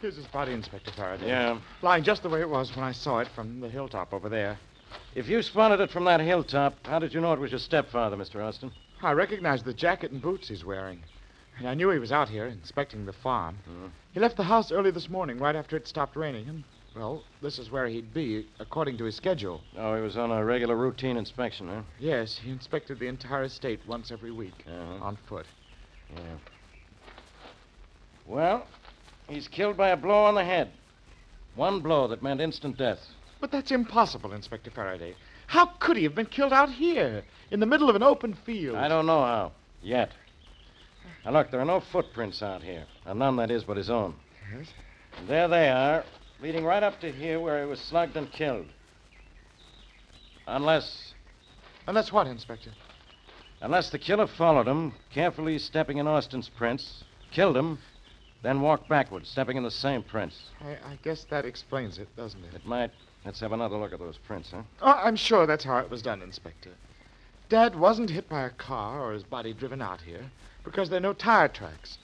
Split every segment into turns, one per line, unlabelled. Here's his body, Inspector Faraday.
Yeah.
Lying just the way it was when I saw it from the hilltop over there.
If you spotted it from that hilltop, how did you know it was your stepfather, Mr. Austin?
I recognized the jacket and boots he's wearing. And I knew he was out here inspecting the farm.
Hmm.
He left the house early this morning, right after it stopped raining. And, well, this is where he'd be, according to his schedule.
Oh, he was on a regular routine inspection, huh?
Yes, he inspected the entire estate once every week
Uh-huh.
on foot.
Yeah. Well, he's killed by a blow on the head. One blow that meant instant death.
But that's impossible, Inspector Faraday. How could he have been killed out here, in the middle of an open field?
I don't know how. Yet. Now, look, there are no footprints out here. And none, that is, but his own.
Yes?
And there they are, leading right up to here where he was slugged and killed. Unless.
Unless what, Inspector?
Unless the killer followed him, carefully stepping in Austin's prints, killed him, then walked backward, stepping in the same prints.
I, I guess that explains it, doesn't it?
It might. Let's have another look at those prints, huh?
Oh, I'm sure that's how it was done, Inspector. Dad wasn't hit by a car or his body driven out here because there are no tire tracks.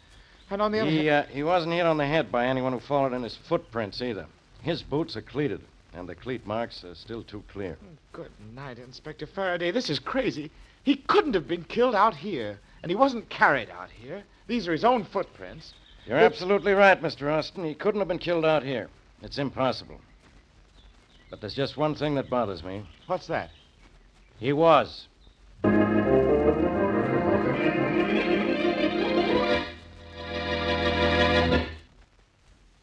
And on the other
He,
hand,
uh, he wasn't hit on the head by anyone who followed in his footprints either. His boots are cleated, and the cleat marks are still too clear.
good night, Inspector Faraday. This is crazy. He couldn't have been killed out here, and he wasn't carried out here. These are his own footprints.
You're absolutely right, Mr. Austin. He couldn't have been killed out here. It's impossible. But there's just one thing that bothers me.
What's that?
He was.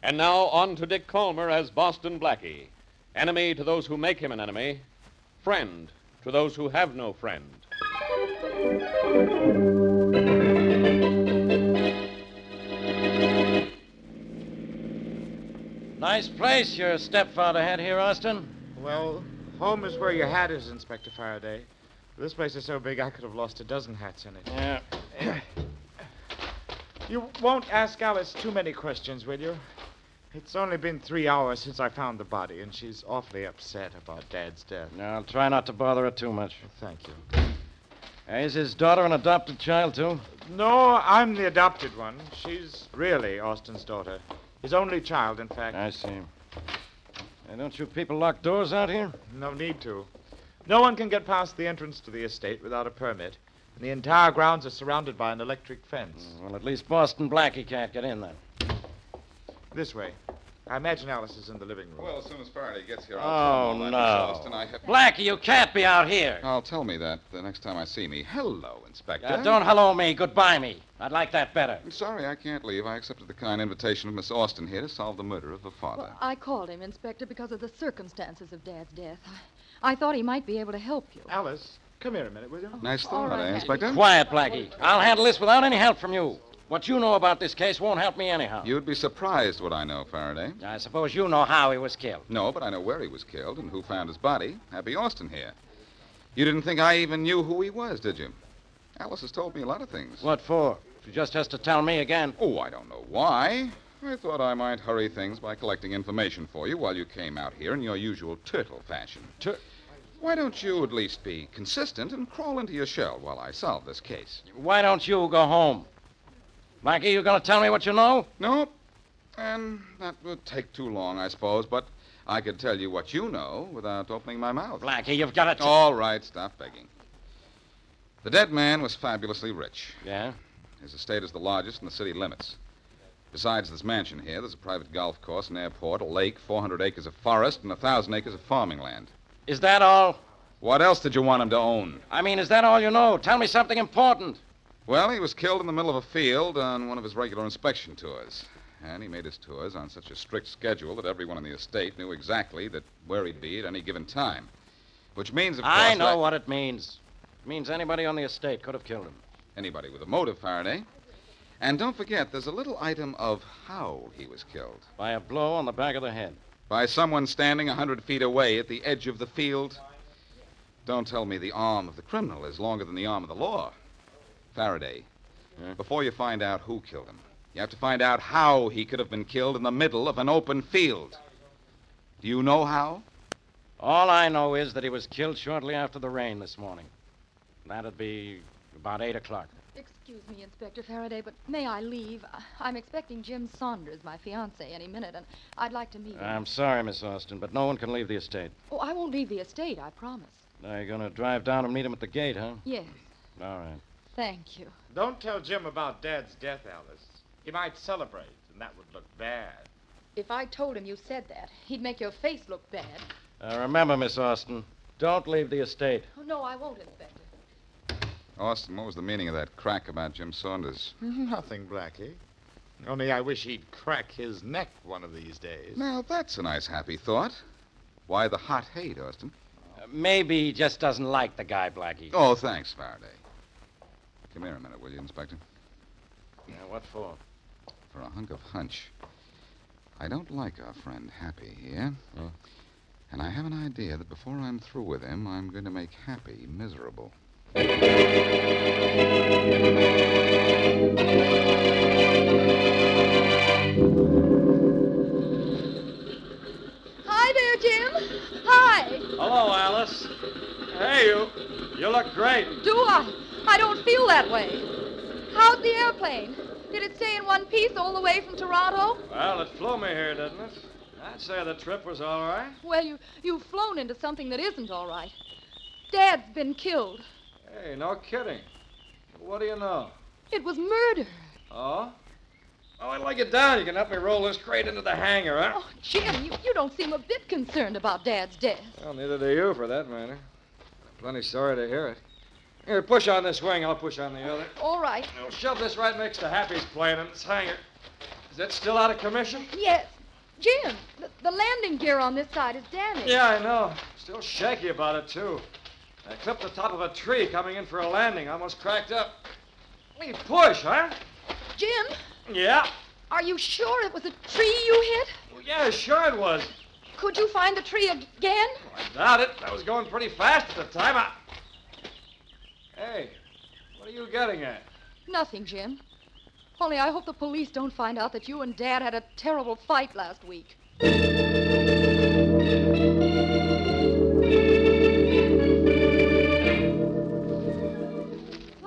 And now on to Dick Colmer as Boston Blackie. Enemy to those who make him an enemy, friend to those who have no friend.
Nice place your stepfather had here, Austin.
Well, home is where your hat is, Inspector Faraday. This place is so big I could have lost a dozen hats in it.
Yeah.
You won't ask Alice too many questions, will you? It's only been three hours since I found the body, and she's awfully upset about Dad's death.
No, I'll try not to bother her too much.
Thank you.
Uh, Is his daughter an adopted child, too?
No, I'm the adopted one. She's really Austin's daughter. His only child, in fact.
I see. Uh, don't you people lock doors out here?
No need to. No one can get past the entrance to the estate without a permit, and the entire grounds are surrounded by an electric fence.
Well, at least Boston Blackie can't get in then.
This way. I imagine Alice is in the living room.
Well, as soon as Faraday gets here, I'll
Oh,
tell him all that,
no. Oh,
Miss Austin. I have...
Blackie, you can't be out here.
I'll tell me that the next time I see me. Hello, Inspector.
Uh, don't hello me, goodbye me. I'd like that better.
I'm sorry I can't leave. I accepted the kind invitation of Miss Austin here to solve the murder of her father.
Well, I called him, Inspector, because of the circumstances of Dad's death. I, I thought he might be able to help you.
Alice, come here a minute, will you?
Nice
all
thought,
right,
eh,
Andy.
Inspector?
Quiet, Blackie. I'll handle this without any help from you. What you know about this case won't help me anyhow.
You'd be surprised what I know, Faraday.
I suppose you know how he was killed.
No, but I know where he was killed and who found his body. Happy Austin here. You didn't think I even knew who he was, did you? Alice has told me a lot of things.
What for? She just has to tell me again.
Oh, I don't know why. I thought I might hurry things by collecting information for you while you came out here in your usual turtle fashion.
Tur-
Why don't you at least be consistent and crawl into your shell while I solve this case?
Why don't you go home? Blackie, you going to tell me what you know?
Nope. And that would take too long, I suppose, but I could tell you what you know without opening my mouth.
Blackie, you've got to. t-
All right, stop begging. The dead man was fabulously rich.
Yeah?
His estate is the largest in the city limits. Besides this mansion here, there's a private golf course, an airport, a lake, 400 acres of forest, and 1,000 acres of farming land.
Is that all?
What else did you want him to own?
I mean, is that all you know? Tell me something important.
Well, he was killed in the middle of a field on one of his regular inspection tours. And he made his tours on such a strict schedule that everyone in the estate knew exactly that where he'd be at any given time. Which means, of
I
course,
know
that
what it means. It means anybody on the estate could have killed him.
anybody with a motive, Faraday. And don't forget, there's a little item of how he was killed.
By a blow on the back of the head.
By someone standing a hundred feet away at the edge of the field. Don't tell me the arm of the criminal is longer than the arm of the law. Faraday, before you find out who killed him, you have to find out how he could have been killed in the middle of an open field. Do you know how?
All I know is that he was killed shortly after the rain this morning. That'd be about 8 o'clock.
Excuse me, Inspector Faraday, but may I leave? I- I'm expecting Jim Saunders, my fiance, any minute, and I'd like to meet him.
I'm sorry, Miss Austin, but no one can leave the estate.
Oh, I won't leave the estate, I promise.
Now you're going to drive down and meet him at the gate, huh?
Yes,
All right.
thank you.
Don't tell Jim about Dad's death, Alice. He might celebrate, and that would look bad.
If I told him you said that, he'd make your face look bad.
Uh, remember, Miss Austin, don't leave the estate.
Oh, no, I won't, Inspector.
Austin, what was the meaning of that crack about Jim Saunders?
Mm-hmm.
Nothing, Blackie. Only I wish he'd crack his neck one of these days.
Now, that's a nice, happy thought. Why the hot hate, Austin?
Uh, maybe he just doesn't like the guy, Blackie.
Oh, thanks, Faraday. Come here a minute, will you, Inspector?
Now, what for?
for a hunk of hunch. I don't like our friend Happy here. And I have an idea that before I'm through with him, I'm going to make Happy miserable.
Hi there, Jim. Hi.
Hello, Alice. Hey, you. You look great.
Do I? I don't feel that way. How's the airplane? Did it stay in one piece all the way from Toronto?
Well, it flew me here, didn't it? I'd say the trip was all right.
Well, you, you've flown into something that isn't all right. Dad's been killed.
Hey, no kidding. What do you know?
It was murder.
Oh? Oh, I'd like it down. You can help me roll this crate into the hangar, huh?
Oh, Jim, you, you don't seem a bit concerned about Dad's death.
Well, neither do you, for that matter. I'm plenty sorry to hear it. Here, push on this wing. I'll push on the other.
All right.
Now, shove this right next to Happy's plane in its hangar. Is it still out of commission?
Yes. Jim, the, the landing gear on this side is damaged.
Yeah, I know. Still shaky about it, too. I clipped the top of a tree coming in for a landing. Almost cracked up. We push, huh?
Jim,
Yeah.
are you sure it was a tree you hit?
Well, yeah, sure it was.
Could you find the tree again?
I doubt it. I was going pretty fast at the time. I... Hey, what are you getting at?
Nothing, Jim. Only I hope the police don't find out that you and Dad had a terrible fight last week.
Well,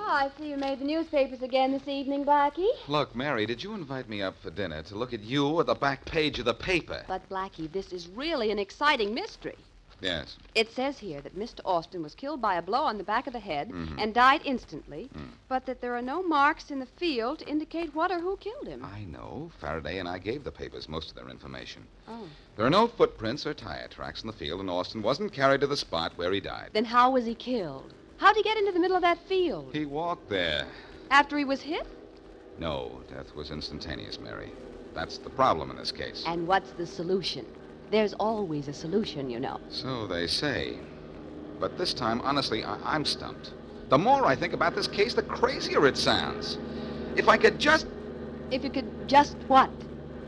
Oh, I see you made the newspapers again this evening, Blackie.
Look, Mary, did you invite me up for dinner to look at you or the back page of the paper?
But, Blackie, this is really an exciting mystery.
Yes.
It says here that Mr. Austin was killed by a blow on the back of the head and died instantly, but that there are no marks in the field to indicate what or who killed him.
I know. Faraday and I gave the papers most of their information.
Oh.
There are no footprints or tire tracks in the field, and Austin wasn't carried to the spot where he died.
Then how was he killed? How'd he get into the middle of that field?
He walked there.
After he was hit?
No, death was instantaneous, Mary. That's the problem in this case.
And what's the solution? There's always a solution, you know.
So they say. But this time, honestly, I- I'm stumped. The more I think about this case, the crazier it sounds. If I could just.
If you could just what?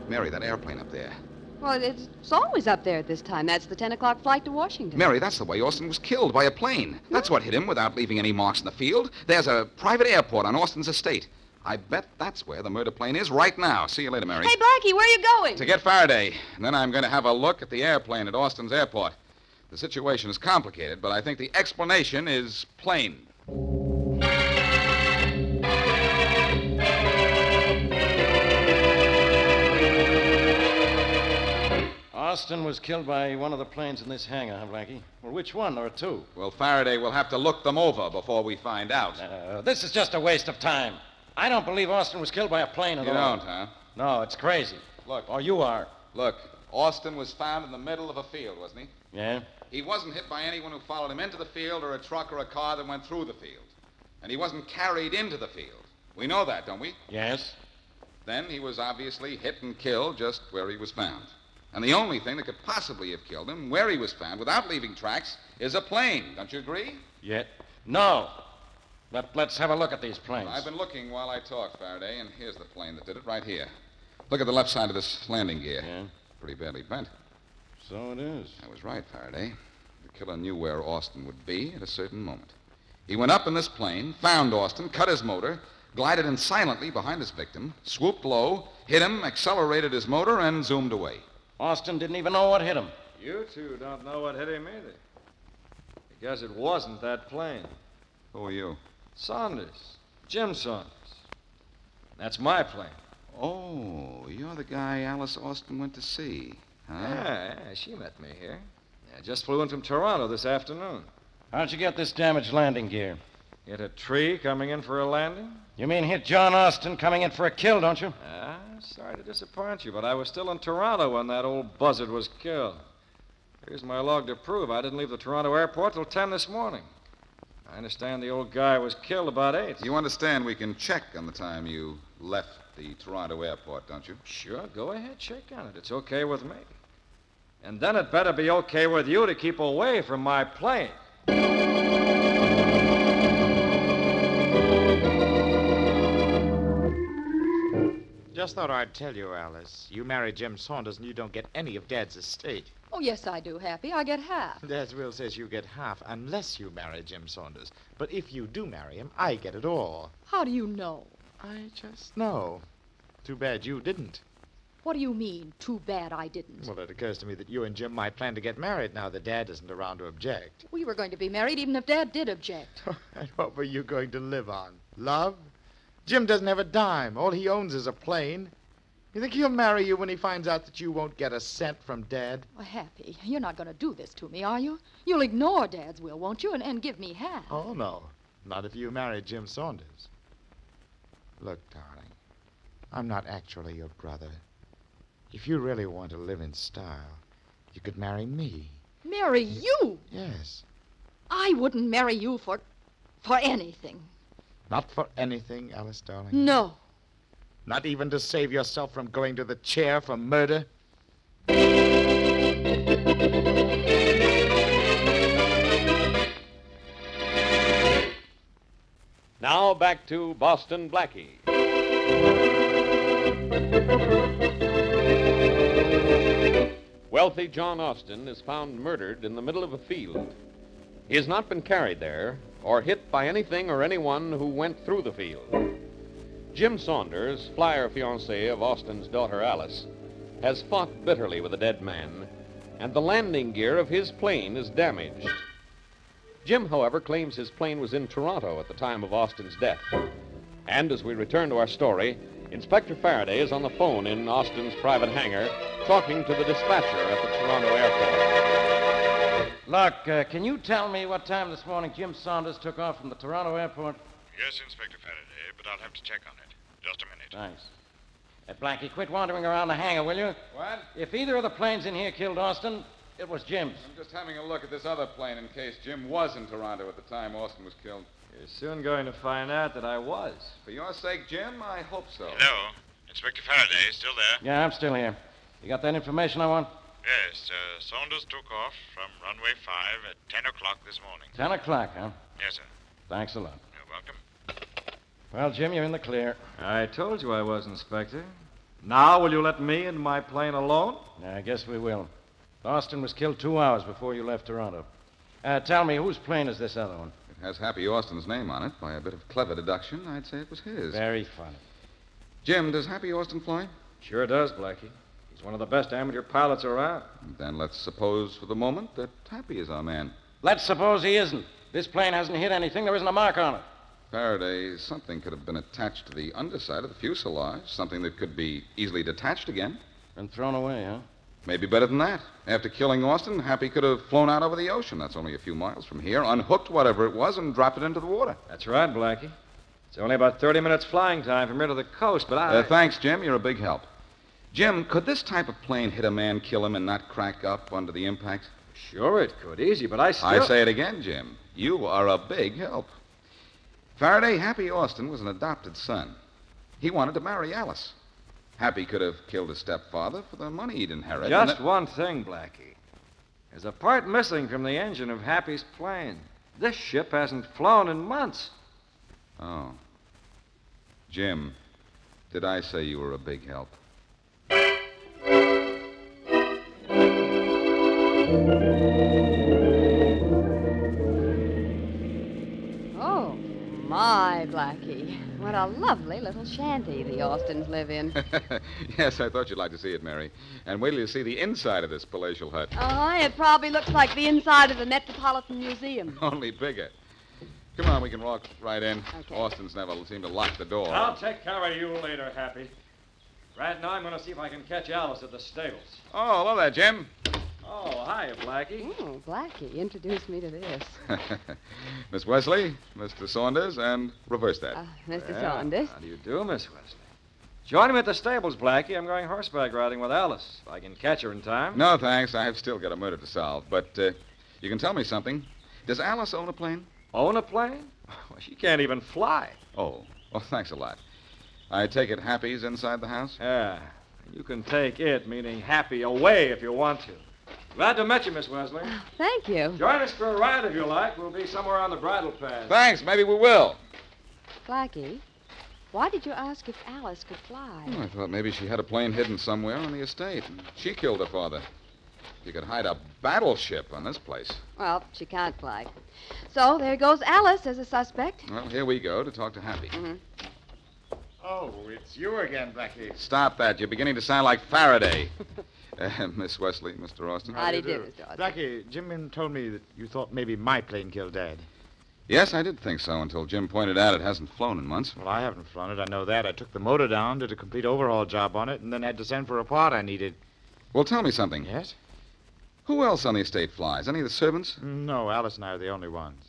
Mary, that airplane up there.
Well, it's, it's always up there at this time. That's the 10 o'clock flight to Washington.
Mary, that's the way Austin was killed by a plane. That's what hit him without leaving any marks in the field. There's a private airport on Austin's estate. I bet that's where the murder plane is right now. See you later, Mary.
Hey, Blackie, where are you going?
to get Faraday. And then I'm going to have a look at the airplane at Austin's airport. The situation is complicated, but I think the explanation is plain.
Austin was killed by one of the planes in this hangar, huh, Blackie? Well, which one? There are two.
Well, Faraday will have to look them over before we find out.
Uh, this is just a waste of time. I don't believe Austin was killed by a plane at
You
all.
don't, huh?
No, it's crazy.
Look.
Or you are.
Look, Austin was found in the middle of a field, wasn't he?
Yeah?
He wasn't hit by anyone who followed him into the field or a truck or a car that went through the field. And he wasn't carried into the field. We know that, don't we?
Yes?
Then he was obviously hit and killed just where he was found. And the only thing that could possibly have killed him, where he was found, without leaving tracks, is a plane. Don't you agree?
Yet? No. But let's have a look at these planes.
I've been looking while I talk, Faraday, and here's the plane that did it right here. Look at the left side of this landing gear.
Yeah.
Pretty badly bent.
So it is.
I was right, Faraday. The killer knew where Austin would be at a certain moment. He went up in this plane, found Austin, cut his motor, glided in silently behind his victim, swooped low, hit him, accelerated his motor, and zoomed away.
Austin didn't even know what hit him.
You two don't know what hit him either. Because it wasn't that plane.
Who are you?
Saunders. Jim Saunders. That's my plane.
Oh, you're the guy Alice Austin went to see, huh?
Yeah, yeah, she met me here. I just flew in from Toronto this afternoon.
How'd you get this damaged landing gear?
Hit a tree coming in for a landing?
You mean hit John Austin coming in for a kill, don't you?
Ah, sorry to disappoint you, but I was still in Toronto when that old buzzard was killed. Here's my log to prove I didn't leave the Toronto airport till 10 this morning. I understand the old guy was killed about 8.
You understand we can check on the time you left the Toronto airport, don't you?
Sure, go ahead, check on it. It's okay with me. And then it better be okay with you to keep away from my plane.
Just thought I'd tell you, Alice. You marry Jim Saunders and you don't get any of Dad's estate.
Oh, yes, I do, Happy. I get half.
Dad's will says you get half unless you marry Jim Saunders. But if you do marry him, I get it all.
How do you know?
I just know. Too bad you didn't.
What do you mean, too bad I didn't?
Well, it occurs to me that you and Jim might plan to get married now that Dad isn't around to object.
We were going to be married even if Dad did object.
and what were you going to live on? Love? Jim doesn't have a dime. All he owns is a plane. You think he'll marry you when he finds out that you won't get a cent from Dad?
Oh, Happy, you're not going to do this to me, are you? You'll ignore Dad's will, won't you, and, and give me half?
Oh, no. Not if you marry Jim Saunders. Look, darling, I'm not actually your brother. If you really want to live in style, you could marry me.
Marry you?
Yes.
I wouldn't marry you for. for anything.
Not for anything, Alice, darling.
No.
Not even to save yourself from going to the chair for murder.
Now back to Boston Blackie. Wealthy John Austin is found murdered in the middle of a field. He has not been carried there or hit by anything or anyone who went through the field. Jim Saunders, flyer fiance of Austin's daughter Alice, has fought bitterly with a dead man, and the landing gear of his plane is damaged. Jim, however, claims his plane was in Toronto at the time of Austin's death. And as we return to our story, Inspector Faraday is on the phone in Austin's private hangar talking to the dispatcher at the Toronto airport.
Look, uh, can you tell me what time this morning Jim Saunders took off from the Toronto airport?
Yes, Inspector Faraday, but I'll have to check on it. Just a minute.
Thanks. Uh, Blackie, quit wandering around the hangar, will you?
What?
If either of the planes in here killed Austin, it was Jim's.
I'm just having a look at this other plane in case Jim was in Toronto at the time Austin was killed.
You're soon going to find out that I was.
For your sake, Jim, I hope so.
Hello? Inspector Faraday, still there?
Yeah, I'm still here. You got that information I want?
Yes, uh, Saunders took off from runway 5 at 10 o'clock this morning.
Ten o'clock, huh?
Yes, sir.
Thanks a lot.
You're welcome.
Well, Jim, you're in the clear.
I told you I was, Inspector. Now, will you let me and my plane alone?
Yeah, I guess we will. Austin was killed two hours before you left Toronto. Uh, tell me, whose plane is this other one?
It has Happy Austin's name on it. By a bit of clever deduction, I'd say it was his.
Very funny.
Jim, does Happy Austin fly?
Sure does, Blackie. He's one of the best amateur pilots around.
Then let's suppose for the moment that Happy is our man.
Let's suppose he isn't. This plane hasn't hit anything. There isn't a mark on it.
Faraday, something could have been attached to the underside of the fuselage, something that could be easily detached again.
And thrown away, huh?
Maybe better than that. After killing Austin, Happy could have flown out over the ocean. That's only a few miles from here, unhooked whatever it was, and dropped it into the water.
That's right, Blackie. It's only about 30 minutes flying time from here to the coast, but I.
Uh, thanks, Jim. You're a big help. Jim, could this type of plane hit a man, kill him, and not crack up under the impact?
Sure, it could. Easy, but I still.
I say it again, Jim. You are a big help. Faraday, Happy Austin was an adopted son. He wanted to marry Alice. Happy could have killed his stepfather for the money he'd inherit. and
Just
it-
one thing, Blackie. There's a part missing from the engine of Happy's plane. This ship hasn't flown in months.
Oh. Jim, did I say you were a big help?
Oh, my, Blackie. What a lovely little shanty the Austins live in.
yes, I thought you'd like to see it, Mary. And wait till you see the inside of this palatial hut.
Uh, it probably looks like the inside of the Metropolitan Museum.
Only bigger. Come on, we can walk right in. Austin's never seemed to lock the door.
I'll take care of you later, Happy. Right now, I'm going to see if I can catch Alice at the stables.
Oh, hello there, Jim.
Oh, hiya, Blackie.
Oh, Blackie introduced me to this.
Miss Wesley, Mr. Saunders, and reverse that.
Uh-huh.
Uh, Mr.
Well,
Saunders.
How do you do, Miss Wesley? Join me at the stables, Blackie. I'm going horseback riding with Alice. If I can catch her in time.
No, thanks. I've still got a murder to solve, but uh, you can tell me something. Does Alice own a plane?
Own a plane? Well, she can't even fly.
Oh, well, thanks a lot. I take it Happy's inside the house?
Yeah. Ah, You can take it, meaning happy, away if you want to. Glad to meet you, Miss Wesley.
Oh, Thank you.
Join us for a ride if you like. We'll be somewhere on the bridle path.
Thanks, maybe we will.
Blackie, why did you ask if Alice could fly?
Oh, I thought maybe she had a plane hidden somewhere on the estate. and She killed her father. You could hide a battleship on this place.
Well, she can't fly. So there goes Alice as a suspect.
Well, here we go to talk to Happy.
Oh, it's you again, Blackie.
Stop that. You're beginning to sound like Faraday. uh, Miss Wesley, Mr. Austin.
How do you do, Mr. Austin?
Blackie, Jim told me that you thought maybe my plane killed Dad.
Yes, I did think so until Jim pointed out it hasn't flown in months.
Well, I haven't flown it. I know that. I took the motor down, did a complete overhaul job on it, and then had to send for a part I needed.
Well, tell me something.
Yes?
Who else on the estate flies? Any of the servants?
No, Alice and I are the only ones.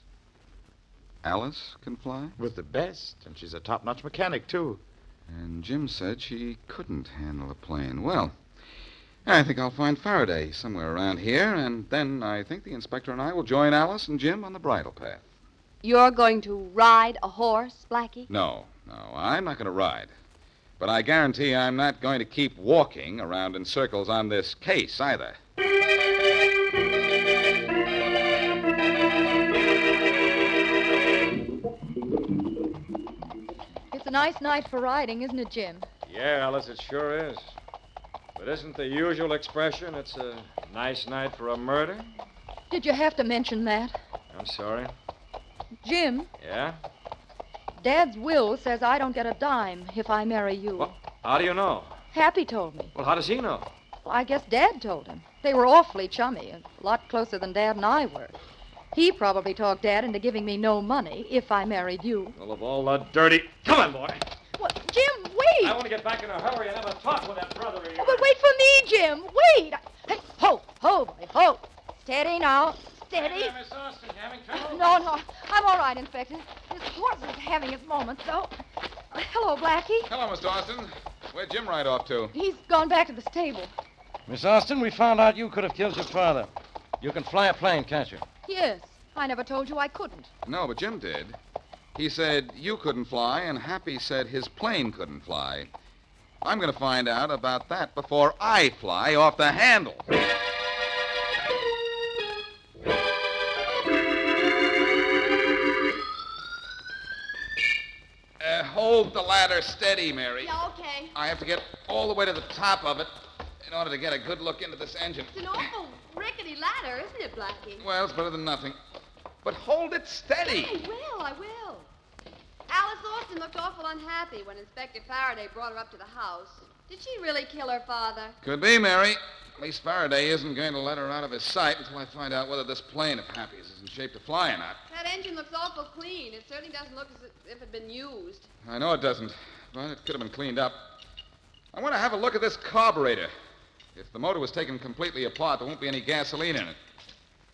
Alice can fly?
With the best, and she's a top notch mechanic, too.
And Jim said she couldn't handle a plane. Well, I think I'll find Faraday somewhere around here, and then I think the inspector and I will join Alice and Jim on the bridle path.
You're going to ride a horse, Blackie?
No, no, I'm not going to ride. But I guarantee I'm not going to keep walking around in circles on this case either.
It's a nice night for riding, isn't it, Jim?
Yeah, Alice, it sure is. But isn't the usual expression it's a nice night for a murder?
Did you have to mention that?
I'm sorry.
Jim,
Yeah?
Dad's will says I don't get a dime if I marry you.
Well, how do you know?
Happy told me.
Well, how does he know?
Well, I guess Dad told him. They were awfully chummy, a lot closer than Dad and I were. He probably talked Dad into giving me no money if I married you.
Well, of all the dirty. Come on, boy.
Well, Jim, wait!
I want to get back in a hurry and have a talk with that brother of
Oh,
yours.
but wait for me, Jim. Wait. Hey, ho, ho, boy, ho. Steady now. Steady.
Hey, Miss Austin, you having trouble?
No, no. I'm all right, Inspector. This horse is having his moments, though. Hello, Blackie.
Hello, Mr. Austin. Where'd Jim ride off to?
He's gone back to the stable.
Miss Austin, we found out you could have killed your father. You can fly a plane, can't you?
Yes. I never told you I couldn't.
No, but Jim did. He said you couldn't fly, and Happy said his plane couldn't fly. I'm going to find out about that before I fly off the handle. Uh, hold the ladder steady, Mary.
okay.
I have to get all the way to the top of it in order to get a good look into this engine.
It's an awful rickety ladder, isn't it, Blackie?
Well, it's better than nothing. But hold it steady.
I will, I will. Alice Austin looked awful unhappy when Inspector Faraday brought her up to the house. Did she really kill her father?
Could be, Mary. At least Faraday isn't going to let her out of his sight until I find out whether this plane of Happy's is in shape to fly or not.
That engine looks awful clean. It certainly doesn't look as if it had been used.
I know it doesn't, but it could have been cleaned up. I want to have a look at this carburetor. If the motor was taken completely apart, there won't be any gasoline in it.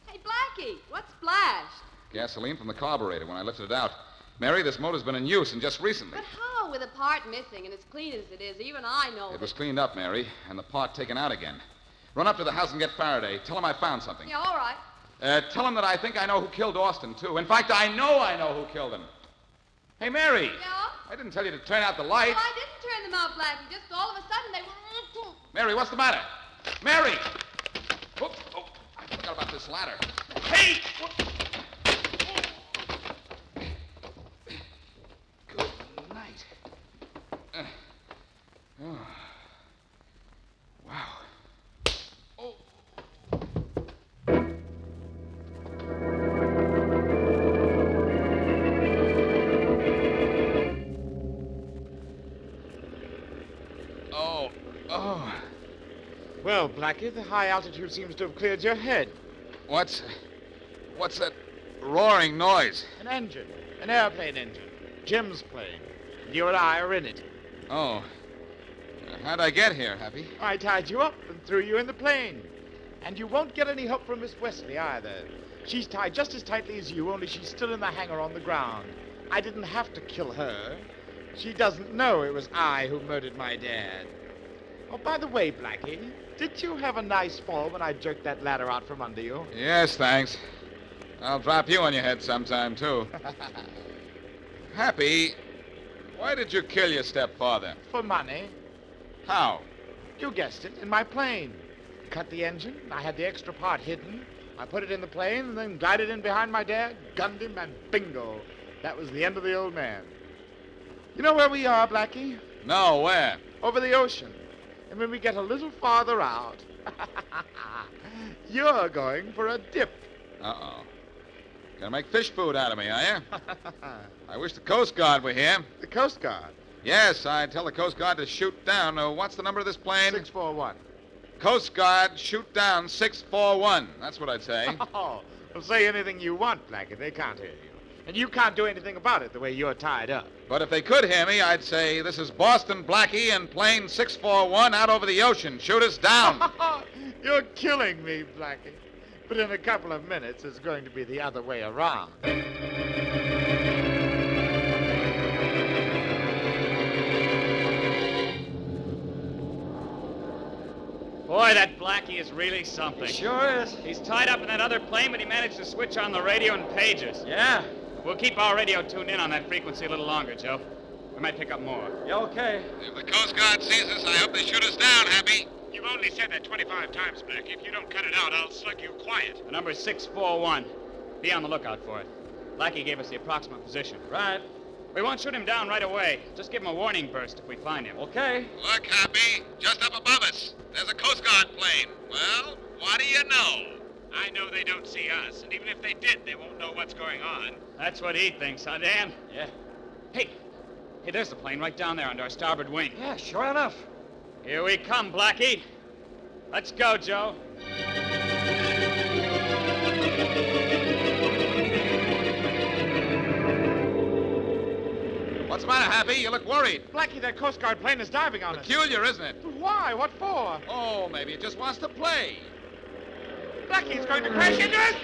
Hey, Blackie, what's splashed?
Gasoline from the carburetor when I lifted it out. Mary, this motor's been in use and just recently.
But how, with a part missing and as clean as it is, even I know.
It was cleaned up, Mary, and the part taken out again. Run up to the house and get Faraday. Tell him I found something.
Yeah, all right.
Uh, tell him that I think I know who killed Austin, too. In fact, I know I know who killed him. Hey, Mary.
Yeah?
I didn't tell you to turn out the light.
Well, I didn't turn them out, Blackie. Just all of a sudden they were.
Mary, what's the matter? Mary! Oops. Oh, I forgot about this ladder. Hey! Good night. Uh, oh. Wow. Oh. Oh.
Well, Blackie, the high altitude seems to have cleared your head.
What's. What's that roaring noise?
An engine, an airplane engine, Jim's plane. You and I are in it.
Oh. Uh, How'd I get here, Happy?
I tied you up and threw you in the plane. And you won't get any help from Miss Wesley either. She's tied just as tightly as you, only she's still in the hangar on the ground. I didn't have to kill her. She doesn't know it was I who murdered my dad. Oh, by the way, Blackie, did you have a nice fall when I jerked that ladder out from under you?
Yes, thanks. I'll drop you on your head sometime, too. Happy, why did you kill your stepfather?
For money.
How?
You guessed it, in my plane. Cut the engine. I had the extra part hidden. I put it in the plane and then glided in behind my dad, gunned him, and bingo. That was the end of the old man. You know where we are, Blackie?
No, where?
Over the ocean. And when we get a little farther out, you're going for a dip.
Uh oh. Gonna make fish food out of me, are you? I wish the Coast Guard were here.
The Coast Guard,
Yes, I tell the Coast Guard to shoot down. Uh, what's the number of this plane?
641.
Coast Guard, shoot down 641. That's what I'd say.
Oh, well, say anything you want, Blackie. They can't hear you. And you can't do anything about it the way you're tied up.
but if they could hear me, I'd say, This is Boston Blackie and plane 641 out over the ocean. Shoot us down.
Oh, You're killing me, Blackie. But in a couple of minutes, it's going to be the other way around.
Boy, that Blackie is really something.
Sure is.
He's tied up in that other plane, but he managed to switch on the radio and pages.
Yeah.
We'll keep our radio tuned in on that frequency a little longer, Joe. We might pick up more.
You okay?
if the Coast Guard sees us, I hope they shoot us down, Happy.
You've only said that 25 times, Black. If you don't cut it out, I'll slug you quiet.
The number is 641. Be on the lookout for it. Blackie gave us the approximate position.
Right.
We won't shoot him down right away. Just give him a warning burst if we find him.
Okay.
Look, Happy, just up above us, there's a Coast Guard plane. Well, what do you know?
I know they don't see us, and even if they did, they won't know what's going on.
That's what he thinks, huh, Dan?
Yeah.
Hey, hey, there's the plane right down there under our starboard wing.
Yeah, sure enough.
Here we come, Blackie. Let's go, Joe.
What's the matter, Happy? You look worried.
Blackie, that Coast Guard plane is diving on us.
Peculiar, isn't it?
Why? What for?
Oh, maybe it just wants to play.
Blackie's going to crash into us!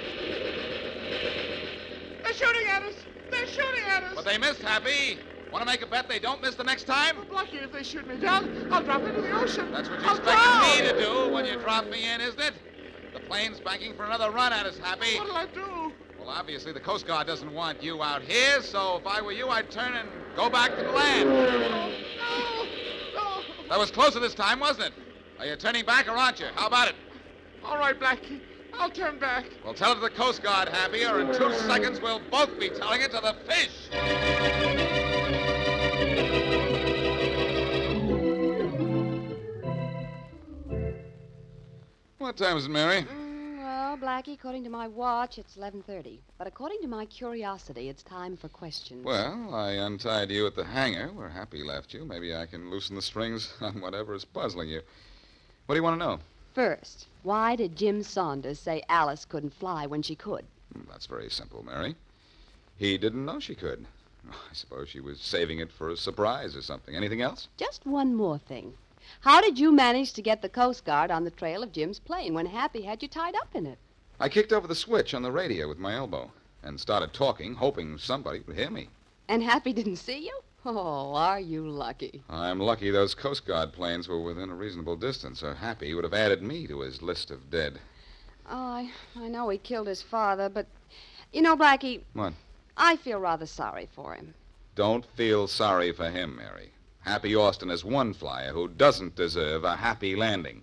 They're shooting at us! They're shooting at us!
But they missed, Happy. Want to make a bet they don't miss the next time?
Blackie, if they shoot me down, I'll drop into the ocean.
That's what you
I'll drown.
expected me to do when you drop me in, isn't it? The plane's banking for another run at us, Happy.
What'll I do?
Well, obviously, the Coast Guard doesn't want you out here, so if I were you, I'd turn and go back to the land.
No, no.
That was closer this time, wasn't it? Are you turning back or aren't you? How about it?
All right, Blackie, I'll turn back.
Well, tell it to the Coast Guard, Happy, or in two seconds we'll both be telling it to the fish. What time is it, Mary?
Mm, well, Well, Blackie, according to my watch, it's 11.30. But according to my curiosity, it's time for questions.
Well, I untied you at the hangar where Happy left you. Maybe I can loosen the strings on whatever is puzzling you. What do you want to know?
First, why did Jim Saunders say Alice couldn't fly when she could?
Hmm, That's very simple, Mary. He didn't know she could. I suppose she was saving it for a surprise or something. Anything else?
Just one more thing. How did you manage to get the Coast Guard on the trail of Jim's plane when Happy had you tied up in it?
I kicked over the switch on the radio with my elbow and started talking, hoping somebody would hear me.
And Happy didn't see you? Oh, are you lucky?
I'm lucky those Coast Guard planes were within a reasonable distance, or Happy would have added me to his list of dead.
Oh, I, I know he killed his father, but you know, Blackie,
What?
I feel rather sorry for him.
Don't feel sorry for him, Mary. Happy Austin is one flyer who doesn't deserve a happy landing.